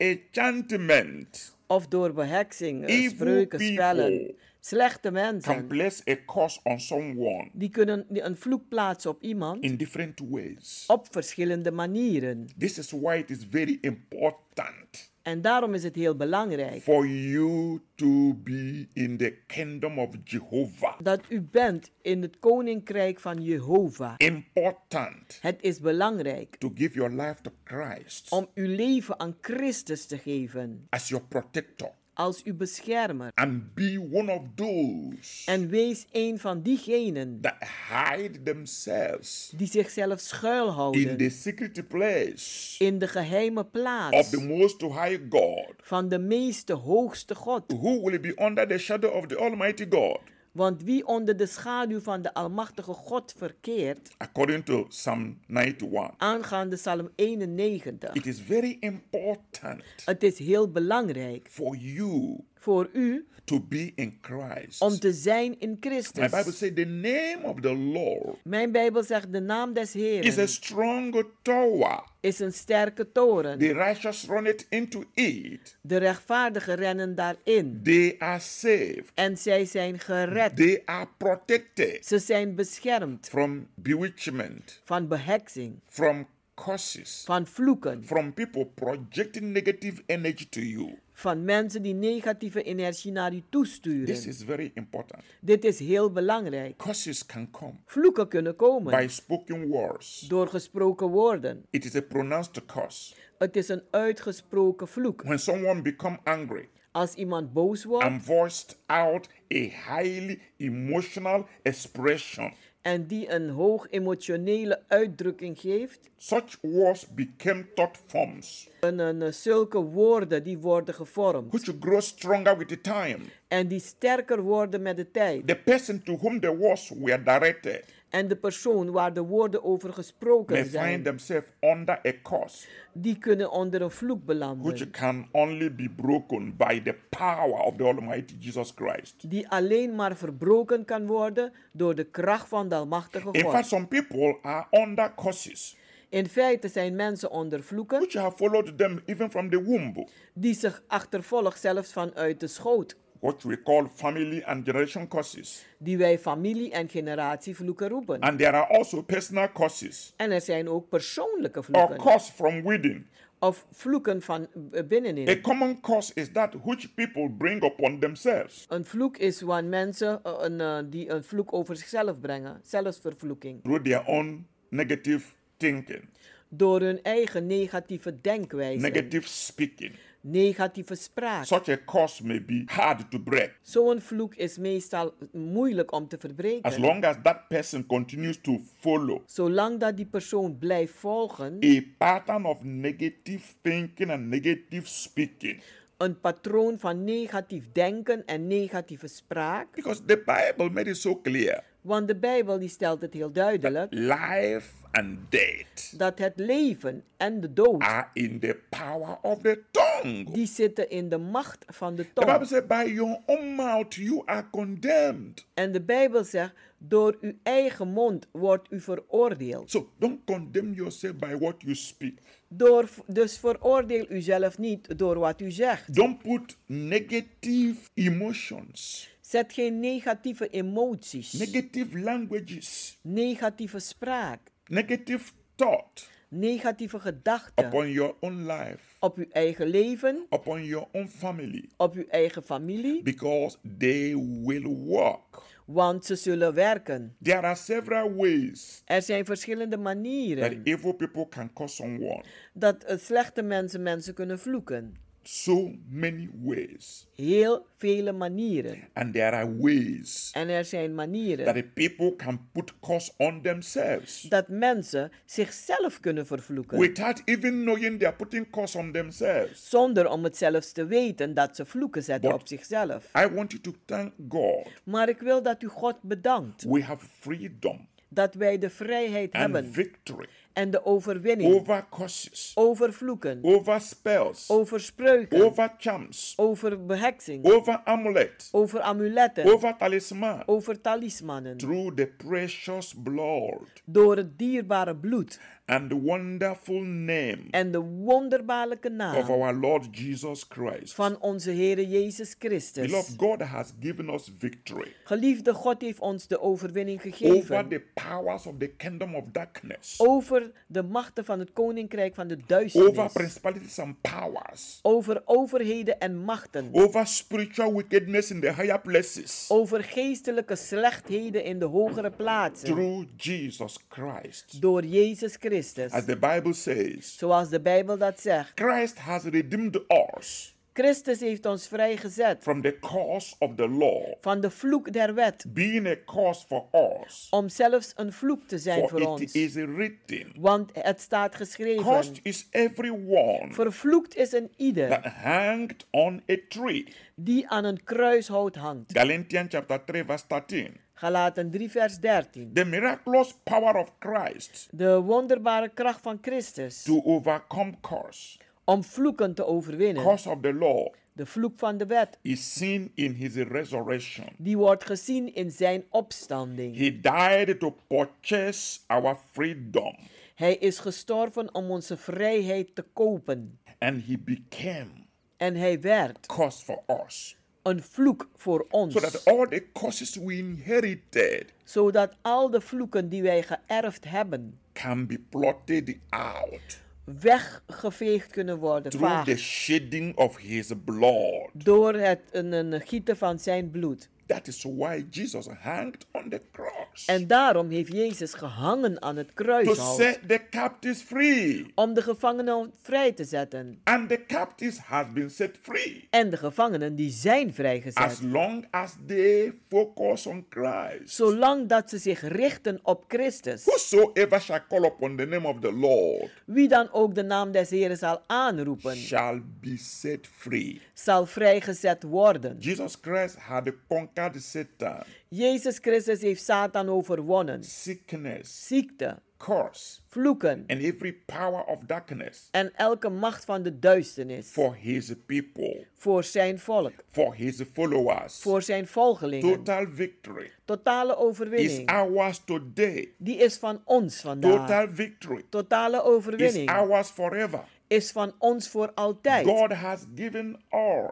enchantment
of door beheksing, eh,
Evil
spreuken,
people
spellen. Slechte
can
mensen
place a curse on someone
die kunnen die een vloek plaatsen op iemand
in different ways
op verschillende manieren.
this is why it is very important
En daarom is het heel belangrijk
for you to be in the kingdom of jehovah
dat u bent in het koninkrijk van Jehovah.
important
Het is belangrijk
to give your life to christ
om uw leven aan Christus te geven
as your protector
als uw beschermer.
and be one of those
En wees een van diegenen
that hide themselves
die zichzelf
in the
schuilhouden
secret place
in de geheime
of
plaats
the Most High God,
van de meeste hoogste God,
who will be under the shadow of the Almighty God.
Want wie onder de schaduw van de Almachtige God verkeert,
according to Psalm 91.
aangaande Psalm 91,
It is very important
het is heel belangrijk
for you
voor u
to be in Christ.
om te zijn in
My Bible
Christus.
says the name of the Lord
Mijn Bijbel zegt de naam des
is a
Heeren
strong tower.
is een sterke toren.
The righteous run it into it.
De rechtvaardigen rennen daarin
They are saved.
en zij zijn gered.
They are protected
Ze zijn beschermd
from bewitchment,
van beheksing,
from curses,
van vloeken,
from people projecting negative energy to you.
van mensen die negatieve energie naar u
This
toesturen.
is very important.
Dit is heel belangrijk.
Curses can come
Vloeken kunnen
by
komen
spoken words.
door gesproken woorden.
It is a pronounced curse.
Het is een uitgesproken vloek.
When someone become angry
Als iemand boos wordt
and voiced out a highly emotional expression,
en die een hoog emotionele uitdrukking geeft,
such words became thought forms
en, en, eh, zulke woorden die worden gevormd
which grow stronger with the time.
en die sterker worden met de tijd.
The person to whom the words were directed
En de persoon waar de woorden over
may
gesproken
find
zijn,
themselves under a curse
die kunnen onder een vloek
which
belanden.
can only be broken by the power of the Almighty Jesus Christ.
Die alleen maar verbroken kan worden door de kracht van de Almachtige
In fact,
God.
some people are under curses
In feite zijn mensen onder vloeken
which have followed them even from the womb,
die zich achtervolgt zelfs vanuit de schoot,
what we call family and generation curses.
die wij familie- en generatievloeken roepen.
And there are also personal curses
En er zijn ook persoonlijke
or
vloeken
curse from within.
of vloeken van eh,
A
binnenin.
common curse is that which people bring upon themselves
Een vloek is wanneer mensen eh, een, eh, die een vloek over zichzelf brengen, zelfsvervloeking,
through their own negative thinking,
door hun eigen negatieve denkwijze,
negative speaking.
negatieve spraak.
Such a curse may be hard to break
Zo'n vloek is meestal moeilijk om te
as
verbreken.
long as that person continues to follow
Zolang dat die persoon blijft volgen,
a pattern of negative thinking and negative speaking.
een patroon van negatief denken en negatieve spraak.
Because the Bible made it so clear
Want de Bijbel die stelt het heel duidelijk
life and death
dat het leven en de dood
are in the power of the tongue.
die zitten in de macht van de
The Bible
tong.
says, by your own mouth you are condemned.
En de Bijbel zegt, door uw eigen mond wordt u veroordeeld.
So don't condemn yourself by what you speak.
Door, dus veroordeel uzelf niet door wat u zegt.
Don't put negative emotions,
Zet geen negatieve emoties,
negative languages,
negatieve spraak,
negative thought
negatieve gedachten
upon your own life,
op uw eigen leven,
upon your own family,
op uw eigen familie,
because they will work.
want ze zullen werken.
There are several ways
Er zijn verschillende
that
manieren
evil people can cause someone.
dat eh, slechte mensen mensen kunnen vloeken.
So many ways.
Heel vele manieren.
And there are ways
En er zijn
that
manieren
the people can put curse on themselves
dat mensen zichzelf kunnen vervloeken.
without even knowing they are putting curse on themselves.
Zonder om het zelfs te weten dat ze vloeken zetten
But-
op zichzelf.
I want you to thank God.
Maar ik wil dat u God bedankt
We have freedom
dat wij de vrijheid
and
hebben
victory
en de overwinning
over curses,
over vloeken,
over spells,
over spreuken,
over charms,
over beheksing,
over amulet,
over amuletten,
over talisman.
over talismannen.
Through the precious blood
Door het dierbare bloed
and the wonderful name
en de wonderbaarlijke
of
naam
our Lord Jesus Christ.
van onze Heere Jezus Christus.
Beloved, God has given us victory
Geliefde God heeft ons de overwinning
over
gegeven
the powers of the kingdom of darkness,
over de machten van het koninkrijk van de
over
duisternis,
principalities and powers,
over overheden en machten,
over spiritual wickedness in the higher places.
over geestelijke slechtheden in de hogere plaatsen,
Through Jesus Christ.
door Jezus
As
Christus.
the Bible says,
Zoals de Bijbel dat zegt,
Christ has redeemed us
Christus heeft ons vrijgezet
from the curse of the law,
van de vloek der wet,
being a curse for us.
om zelfs een vloek te zijn
For
voor
it
ons.
is written,
Want het staat geschreven,
cursed is everyone
vervloekt is een
that
ieder
hanged on a tree.
die aan een kruishout hangt.
Galatians chapter 3 verse 13.
Galaten 3 vers 13.
The miraculous power of Christ
De wonderbare kracht van Christus
to overcome curse,
om vloeken te overwinnen.
curse of the law,
De vloek van de wet,
is seen in his resurrection.
die wordt gezien in zijn opstanding.
He died to purchase our freedom
Hij is gestorven om onze vrijheid te kopen.
and he became
En hij werd
curse for us.
een vloek voor
So that
ons.
all the curses we inherited
Zodat al de vloeken die wij geërfd hebben,
can be plotted out
weggeveegd kunnen worden
through
vaag,
the shedding of his blood.
door het een, een gieten van zijn bloed.
That is why Jesus hanged on the cross
En daarom heeft Jezus gehangen aan het
to
kruishout
set the captives free.
om de gevangenen vrij te zetten.
And the captives have been set free
En de gevangenen die zijn vrijgezet.
as long as they focus on Christ.
Zolang dat ze zich richten op Christus.
Whosoever shall call upon the name of the Lord
Wie dan ook de naam des Heeren zal aanroepen,
shall be set free.
zal vrijgezet worden.
Jesus Christ had conquered Satan,
Jezus Christus heeft Satan overwonnen.
sickness,
Ziekte,
curse,
vloeken
and every power of darkness
en elke macht van de duisternis
for his people,
voor zijn volk,
for his followers.
voor zijn volgelingen.
Total victory
Totale
is
overwinning,
ours today.
die is van ons vandaag.
Total victory
Totale
is
overwinning
ours forever.
is van ons voor altijd.
God has given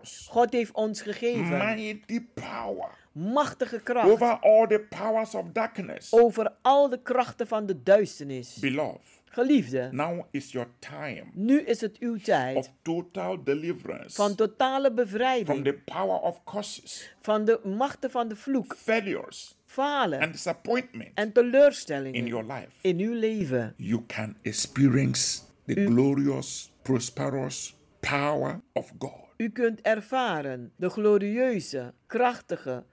us
God heeft ons gegeven
mighty power
machtige kracht
over all the powers of darkness.
over al de krachten van de duisternis.
Beloved,
Geliefde,
Now is your time
nu is het uw
of
tijd
total deliverance
van totale
from
bevrijding
the power of curses,
van de machten van de vloek,
failures, and
falen
disappointment
en
in your
teleurstellingen
life.
in uw leven.
You can experience the glorious, prosperous power of God.
U kunt ervaren de glorieuze, krachtige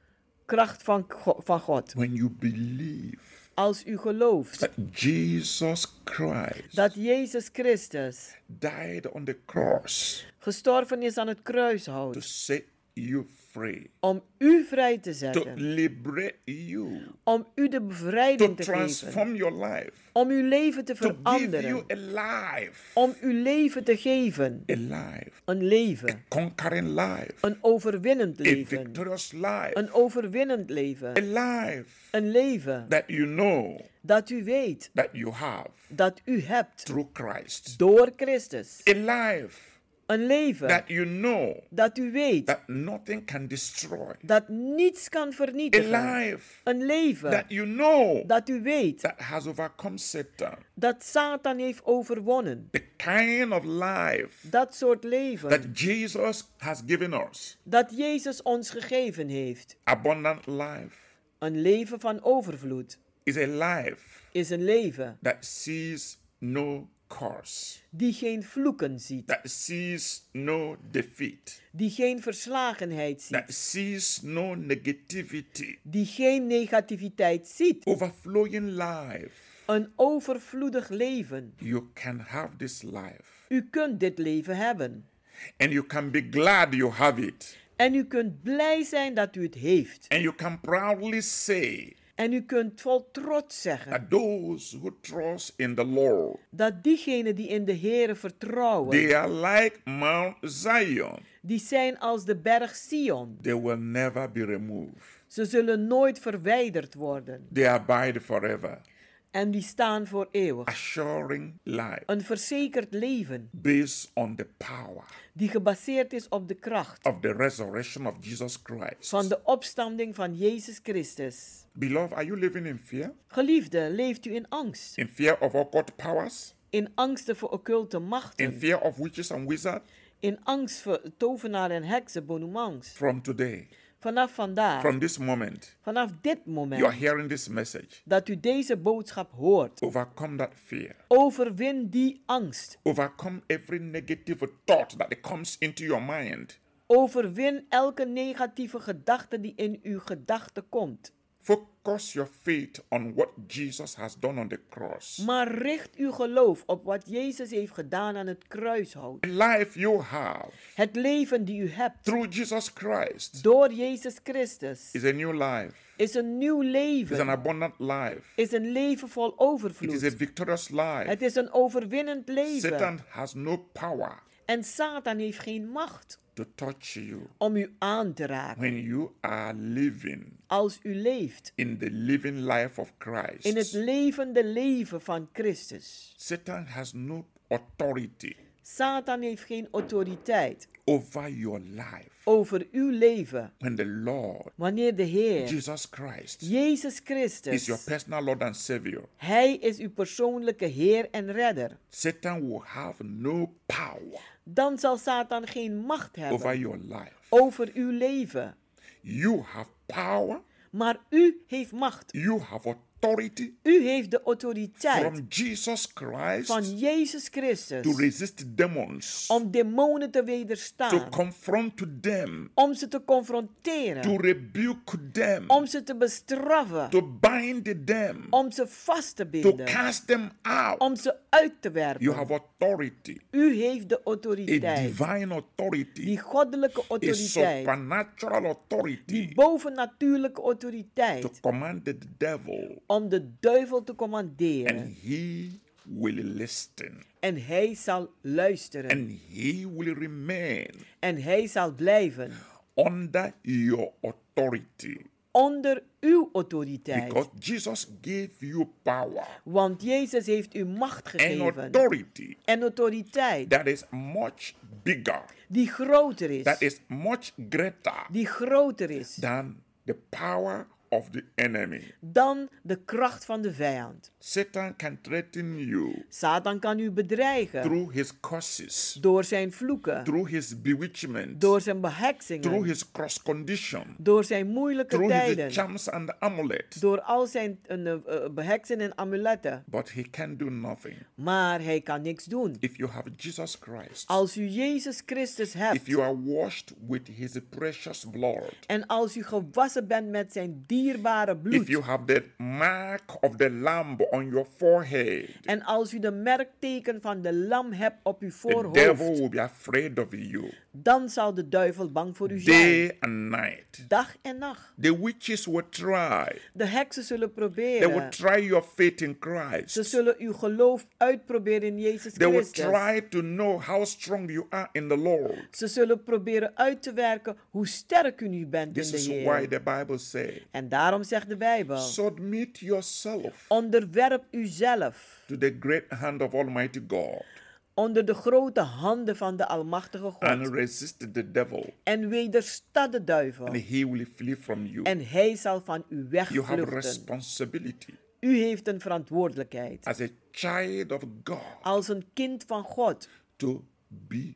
kracht van, Go- van God.
When you believe
Als u gelooft
that Jesus Christ
dat Jezus Christus
died on the cross
gestorven is aan het
to
kruishout
set you free,
om u vrij te
to
zetten,
liberate you,
om u de
to
bevrijding te geven,
transform your life,
om uw leven te
to give you
veranderen,
a life,
om uw leven te geven,
a life.
een leven,
conquering life,
een overwinnend
a
leven,
victorious life,
een overwinnend
a
leven,
life
een leven
that you know
dat u weet
that you have
dat u hebt
through Christ,
door Christus,
a life
een leven
that you know
dat u weet
that nothing can destroy,
dat niets kan
a
vernietigen.
life
Een leven
that you know
dat u weet
that has overcome Satan,
dat Satan heeft overwonnen.
the kind of life
Dat soort leven
that Jesus has given us,
dat Jezus ons gegeven heeft.
abundant life,
Een leven van overvloed
is a life
is een leven
that sees no curse,
die geen vloeken ziet,
that sees no defeat.
die geen verslagenheid
that
ziet,
sees no negativity,
die geen negativiteit ziet.
overflowing life.
Een overvloedig leven.
You can have this life
U kunt dit leven hebben.
and you can be glad you have it.
En u kunt blij zijn dat u het heeft.
And you can proudly say
En u kunt vol trots zeggen
that those who trust in the Lord,
dat diegenen die in de Heere vertrouwen,
they are like Mount Zion.
die zijn als de berg Sion.
They will never be removed.
Ze zullen nooit verwijderd worden.
They abide forever,
En die staan voor eeuwig.
assuring life
Een verzekerd leven
based on the power
die gebaseerd is op de kracht
of the resurrection of Jesus Christ.
van de opstanding van Jezus Christus.
Beloved, are you living in fear?
Geliefde, leeft u in angst?
In fear of occult powers?
In angsten voor occulte
in
machten?
fear of witches and wizards
In angst voor tovenaar en heksen, bonumans?
from today.
Vanaf vandaag,
From this moment,
vanaf dit
you are
moment
hearing this message.
dat u deze boodschap hoort,
Overcome that fear.
overwin die angst.
Overcome every negative thought that comes into your mind.
Overwin elke negatieve gedachte die in uw gedachten komt.
Focus your faith on what Jesus has done on the cross.
Maar richt uw geloof op wat Jezus heeft gedaan aan het kruishout.
The life you have
Het leven die u hebt
through Jesus Christ
door Jezus Christus
is a new life.
is een nieuw
It's an
leven.
abundant life.
Is een leven vol
It is a
overvloed.
victorious life.
Het is een overwinnend leven.
Satan has no power
En Satan heeft geen macht
to touch you
om u aan te raken
when you are living
als u leeft
in the living life of Christ.
in het levende leven van Christus.
Satan has no authority
Satan heeft geen autoriteit
over your life
over uw leven
when the Lord
wanneer de Heer,
Jesus Christ
Jezus
is your
Christus,
personal Lord and Savior.
Hij is uw persoonlijke Heer en Redder.
Satan will have no power
Dan zal Satan geen macht
over
hebben
your life.
over uw leven.
You have power,
Maar u heeft macht.
you have authority
U heeft de autoriteit
from Jesus Christ
van Jezus
to
Christus
resist demons,
om demonen te
to
wederstaan,
confront to them,
om ze te
to
confronteren,
rebuke them,
om ze te bestraffen,
to bind them,
om ze vast te
to
binden,
cast them out.
om ze uit te
You
werpen.
have authority,
U heeft de
a
autoriteit,
divine
die
authority,
goddelijke
a
autoriteit,
supernatural
die
authority
bovennatuurlijke
to
autoriteit,
command the devil,
om de duivel te
and
commanderen.
he will listen.
En hij zal luisteren.
and he will remain
En hij zal blijven
under your authority
onder uw autoriteit.
because Jesus gave you power
Want Jezus heeft u macht
and
gegeven
authority
en autoriteit
that is much bigger,
die groter
that
is,
is much greater
die groter is
than the power of the enemy.
dan de kracht van de vijand.
Satan can threaten you
Satan kan u bedreigen
through his curses,
door zijn vloeken,
through his bewitchment,
door zijn
through
beheksingen,
his cross condition,
door zijn moeilijke
through his
tijden,
charms and amulets,
door al zijn eh, eh, beheksen en amuletten.
but he can do nothing
Maar hij kan niks doen.
if you have Jesus Christ.
Als u Jezus Christus
If
hebt
you are washed with his precious blood,
en als u gewassen bent met zijn dierbare
if you
bloed
have the mark of the lamb on your forehead,
en als u de merkteken van de lam hebt op uw
the devil
voorhoofd,
will be afraid of you
dan zal de duivel bang voor u zijn.
day and night.
Dag en nacht.
The witches will try.
De heksen zullen
They will
proberen.
try your faith in
Ze
Christ.
zullen uw geloof uitproberen in Jezus
They will
Christus.
try to know how strong you are in the Lord.
Ze zullen proberen uit te werken hoe sterk u nu bent in
This
de
is why
Heer.
the Bible says,
En daarom zegt de Bijbel,
submit yourself
onderwerp uzelf
to the great hand of Almighty God
onder de grote handen van de Almachtige
and
God.
resist the devil,
En wedersta de duivel.
and he will flee from you.
En hij zal van u
You have
wegvluchten.
responsibility
U heeft een verantwoordelijkheid.
as a child of God
Als een kind van God.
to be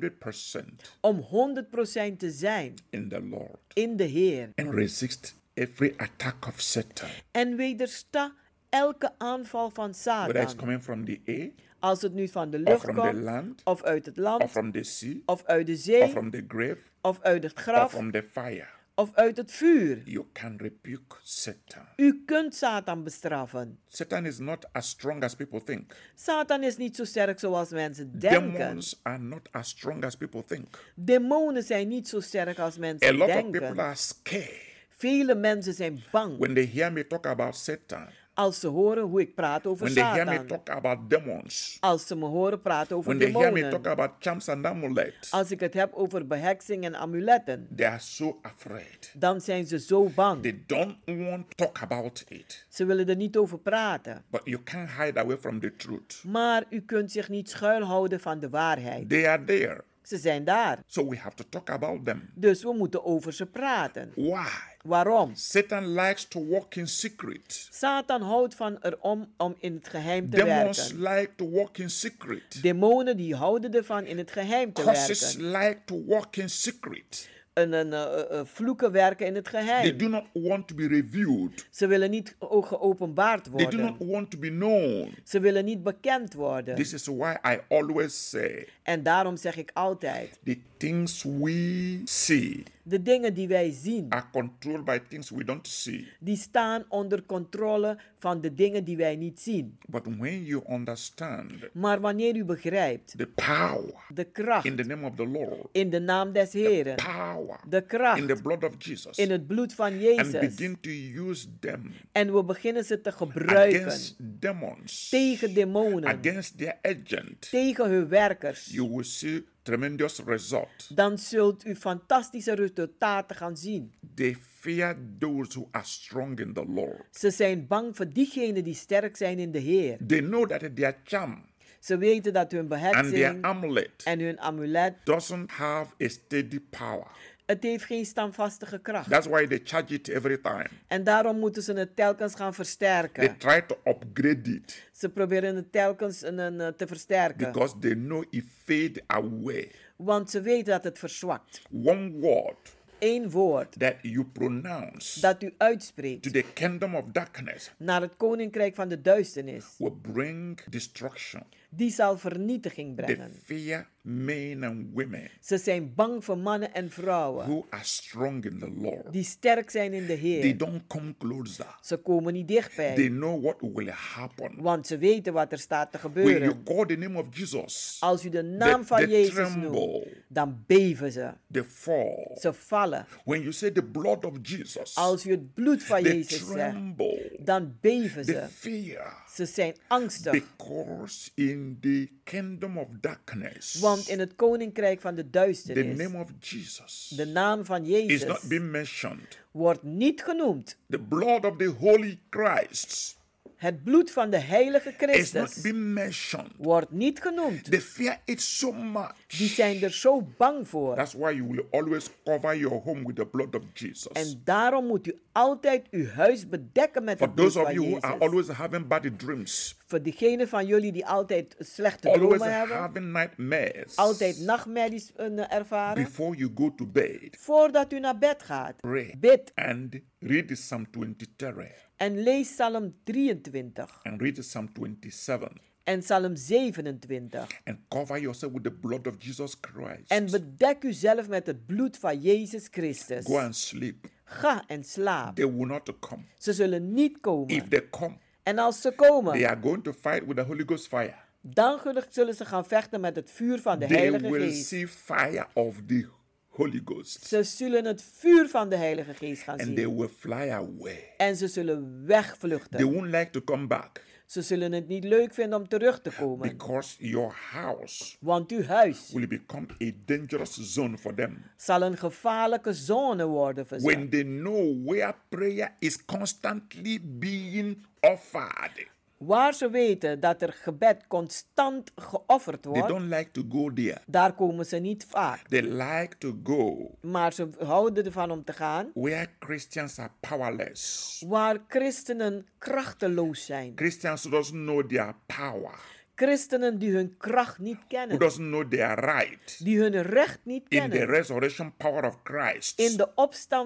100%
Om 100% te zijn
in the Lord
in de Heer.
and resist every attack of Satan,
En wedersta elke aanval van
whether it's
Satan.
coming from the air
Als het nu van de
or
lucht
from the
komt.
land
Of uit het
or
land.
from the sea
Of uit de
or
zee.
from the grave
Of uit het
or
graf.
from the fire.
Of uit het vuur.
You can rebuke Satan.
U kunt Satan bestraffen.
Satan is not as strong as people think.
Satan is niet zo sterk zoals mensen denken.
Demons are not as strong as people think.
Demonen zijn niet zo sterk als
A
mensen
lot of people
denken.
are scared
Vele mensen zijn bang
when they hear me talk about Satan.
als ze horen hoe ik praat over
when they hear me
Satan.
talk about demons,
Als ze me horen praten over
when they hear me
demonen.
talk about charms and amulets,
Als ik het heb over beheksing en amuletten.
they are so afraid.
Dan zijn ze zo
They
bang.
don't want to talk about it.
Ze willen er niet over praten.
But you can't hide away from the truth.
Maar u kunt zich niet schuilhouden van de waarheid.
They are there.
Ze zijn daar.
So we have to talk about them.
Dus we moeten over ze praten.
Why?
Waarom?
Satan likes to walk in secret.
Satan houdt van erom om in het geheim te
Demons
werken.
like to walk in secret.
Demonen die houden ervan in het geheim te
Curses
werken.
like to walk in secret.
een, een, eh, eh, vloeken werken in het
They
geheim.
do not want to be revealed.
Ze willen niet o- geopenbaard
They do
worden.
not want to be known.
Ze willen niet bekend worden.
This is why I always say
En daarom zeg ik altijd,
the things we see
de dingen die wij zien,
are controlled by things we don't see.
die staan onder controle van de dingen die wij niet zien.
But when you understand
Maar wanneer u begrijpt
the power
de kracht
in the name of the Lord,
in de naam des Heren,
power
de
in the
kracht
blood of Jesus,
in het bloed van
and
Jezus,
begin to use them
en we beginnen ze te gebruiken
against demons,
tegen demonen,
against their agent,
tegen hun werkers,
you will see tremendous result.
dan zult u fantastische resultaten gaan zien.
They fear those who are strong in the Lord.
Ze zijn bang voor diegenen die sterk zijn in de Heer.
They know that their charm
Ze weten dat hun
and their
behetsing
amulet
en hun amulet,
doesn't have a steady power.
het heeft geen standvastige kracht.
That's why they charge it every time.
En daarom moeten ze het telkens gaan
They
versterken.
try to upgrade it
Ze proberen het telkens een- een, eh, te versterken.
because they know it fade away.
Want ze weten dat het verzwakt.
One word
Eén woord
that you pronounce
dat u
to
uitspreekt
the kingdom of darkness
naar het koninkrijk van de duisternis,
will bring destruction.
die zal vernietiging
They
brengen.
fear men and women
Ze zijn bang voor mannen en vrouwen
who are strong in the Lord.
die sterk zijn in de
They
Heer.
don't come closer.
Ze komen niet
They
dichtbij,
know what will happen.
want ze weten wat er staat te
When you
gebeuren.
call the name of Jesus,
Als u de naam
they,
van
they
Jezus noemt,
tremble,
dan beven ze.
they fall.
Ze vallen.
When you say the blood of Jesus,
Als u het bloed van
they
Jezus zegt,
tremble.
dan beven
They
ze.
fear.
Ze zijn angstig,
Because in the kingdom of darkness,
want in het koninkrijk van de
the
duisternis,
name of Jesus
de naam van
is not
Jezus
being mentioned.
wordt niet genoemd.
The blood of the Holy Christ
Het bloed van de heilige
is not
Christus
being mentioned.
wordt niet genoemd.
They fear it so
Die
much.
zijn er zo bang voor.
That's why you will always cover your home with the blood of Jesus.
En daarom moet u altijd uw huis bedekken met
For
het bloed
those of
van
you who are
Jezus.
always having bad dreams,
Voor diegenen van jullie die altijd slechte
always
dromen hebben,
having nightmares,
altijd nachtmerries eh, ervaren,
before you go to bed,
voordat u naar bed gaat,
pray
bid
and read Psalm 23
en lees Psalm 23
and read Psalm 27.
en Psalm 27.
and cover yourself with the blood of Jesus Christ.
En bedek uzelf met het bloed van Jezus Christus.
go and sleep.
Ga en slaap.
They will not come.
Ze zullen niet
If
komen.
they come,
En als ze
they
komen,
are going to fight with the Holy Ghost fire.
dan gul- zullen ze gaan vechten met het vuur van de
They
Heilige
will
Geest.
see fire of the Holy Ghost
Ze zullen het vuur van de Heilige Geest gaan
and they
zien.
will fly away.
En ze zullen
They
wegvluchten.
won't like to come back
Ze zullen het niet leuk vinden om terug te komen.
because your house
Want uw huis
will become a dangerous zone for them.
zal een gevaarlijke zone worden voor ze.
When they know where prayer is constantly being offered,
Waar ze weten dat er gebed constant geofferd
they
wordt,
don't like to go there.
daar komen ze niet vaak.
They like to go
Maar ze houden ervan om te gaan
where Christians are powerless.
waar christenen krachteloos zijn.
Christians who doesn't know their power,
Christenen die hun kracht niet
who
kennen,
doesn't know their right
die hun recht niet
in the
kennen.
resurrection power of Christ.
In de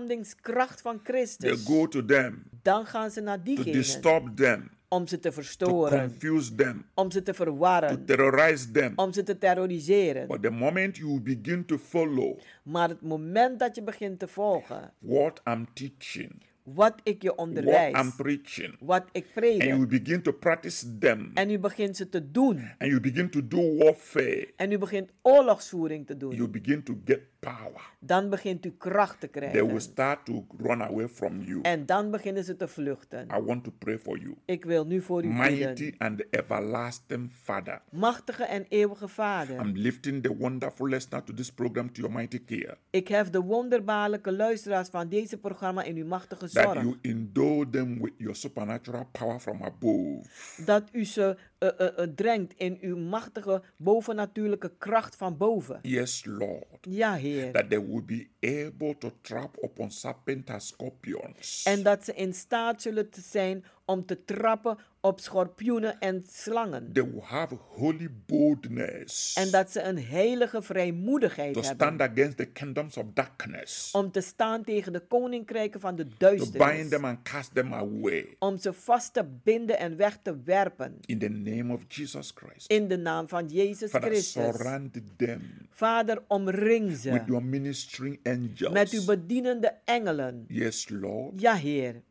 opstandingskracht van
They
Christus.
go to them
Dus Dan gaan ze naar
to
diegenen
disturb them,
om ze te
to
verstoren,
confuse them,
om ze te
to
verwarren,
terrorize them.
om ze te terroriseren.
But the moment you begin to follow
Maar het moment dat je begint te volgen
what I'm teaching,
wat ik je
what I'm
onderwijs,
preaching,
wat ik
and you
predik,
begin to practice them,
en u begint ze te doen,
and you begin to do warfare,
en u begint oorlogsvoering te
you
doen,
begin to get power.
dan begint u kracht te
They will
krijgen.
start to run away from you.
En dan beginnen ze te vluchten.
I want to pray for you.
Ik wil nu voor u bidden.
Mighty and everlasting Father,
Machtige en eeuwige Vader,
I'm lifting the wonderful listener to this program to your mighty care.
ik hef de wonderbaarlijke luisteraars van deze programma in uw machtige
That
zorg.
you endow them with your supernatural power from above.
Dat u ze
eh, eh, eh, drenkt in uw machtige bovennatuurlijke kracht van boven.
Yes, Lord,
Ja, Heer.
that they will be able to trap upon serpents and scorpions.
En dat ze in staat zullen te zijn om te trappen op schorpioenen en slangen.
They will have holy boldness
En dat ze een heilige vrijmoedigheid
to
hebben
stand against the kingdoms of darkness,
om te staan tegen de koninkrijken van de
to bind
duisternis.
them and cast them away.
Om ze vast te binden en weg te werpen.
In the name of Jesus Christ.
In de naam van Jezus
Father,
Christus.
surround them
Vader, omring
with
ze
your ministering angels.
met uw bedienende engelen.
Yes, Lord.
Ja, Heer.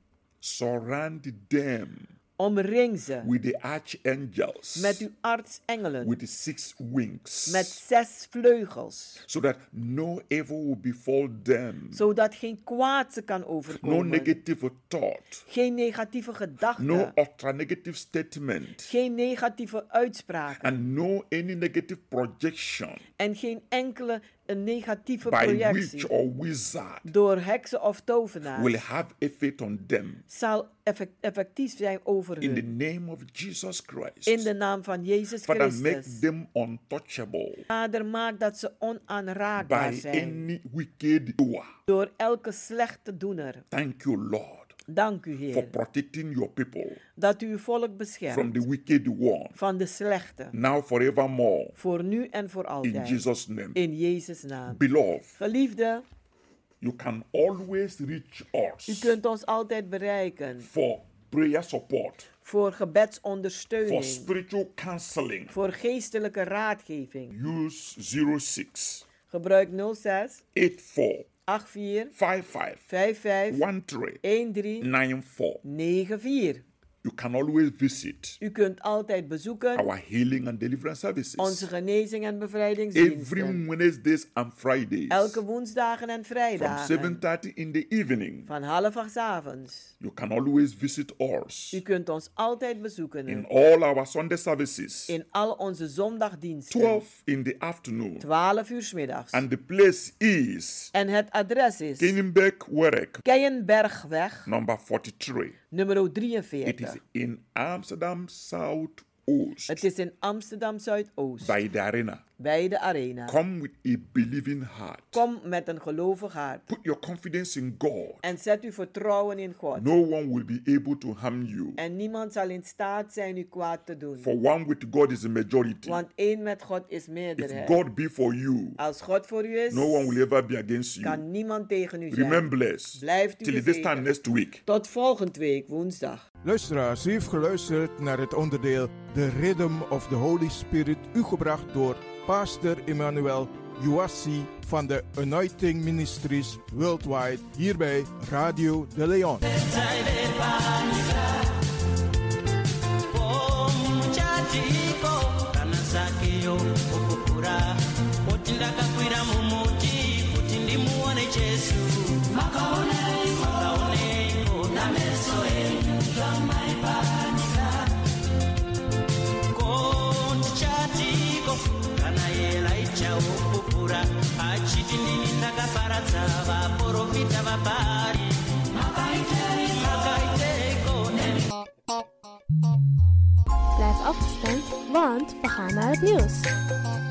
Surround them
Omring ze
with the archangels
met uw artsengelen.
with the six wings
Met zes vleugels.
so that no evil will befall them,
Zodat geen kwaad ze kan
no
overkomen.
negative thought,
geen negatieve gedachten.
no ultra negative statement,
geen negatieve uitspraken.
and no any negative projection
en geen enkele eh, negatieve
by
projectie.
witch or wizard
door heksen of tovenaars.
will have effect on them.
zal effect- effectief zijn over
In the
hun.
name of Jesus Christ.
In de naam van Jezus
Father, make
Christus.
them untouchable
Vader, maak dat ze onaanraakbaar
by
zijn.
any wicked doer.
Door elke slechte doener.
Thank you, Lord,
Dank u,
for
Heer,
protecting your people
dat u uw volk
from
beschermt
the wicked one,
van de slechte.
now forevermore,
Voor nu en voor
in
altijd.
Jesus' name.
In Jezus' naam.
Beloved,
Geliefde,
you can always reach
u
us
kunt ons altijd bereiken
for prayer support,
voor
for
gebedsondersteuning,
spiritual counseling.
voor geestelijke raadgeving.
Use 06
Gebruik 06
84
84
55
55
13
13
94.
94.
You can always visit
U kunt altijd bezoeken
our healing and deliverance
onze
services
genezing en
every
bevrijdingsdiensten.
Wednesdays and Fridays
Elke woensdagen en
from
vrijdagen
7:30 in the evening.
van half acht 's avonds.
You can always visit us
U kunt ons altijd
in
bezoeken
all our Sunday services,
in al onze zondagdiensten.
12 in the afternoon,
12 uur 's middags.
and the place is
En het adres is
Kenenbeck Werk,
Keienbergweg,
number 43.
nummer
It is
43.
in Amsterdam South Oost
Het is in Amsterdam Zuidoost,
by the arena.
bij de arena.
Come with a believing heart.
Kom met een gelovig hart
Put your confidence in God.
en zet uw vertrouwen in God.
No one will be able to harm you.
En niemand zal in staat zijn u kwaad te doen.
For one with God is a majority.
Want één met God is
If
meerderheid.
God be for you,
Als God voor u is,
no one will ever be against you.
kan niemand tegen u
Remain
zijn.
blessed.
Blijft u
Till this
gezegend.
time next week.
Tot volgende week, woensdag.
Luisteraars, u heeft geluisterd naar het onderdeel The Rhythm of the Holy Spirit, u gebracht door Pastor Emmanuel Uassi van de Anointing Ministries Worldwide, hier bij Radio De Leon.
Oh, muchachito, kanasakio okukura otindakakwira mumuti kuti ndimuone jesu makaoneko nameso enjamaibanika kontichatiko kanayelaicha okukura achiti ndini ndakaparadza vaporofita vabhari makaiteko nemi
Blijf afgestemd, want we gaan naar het nieuws.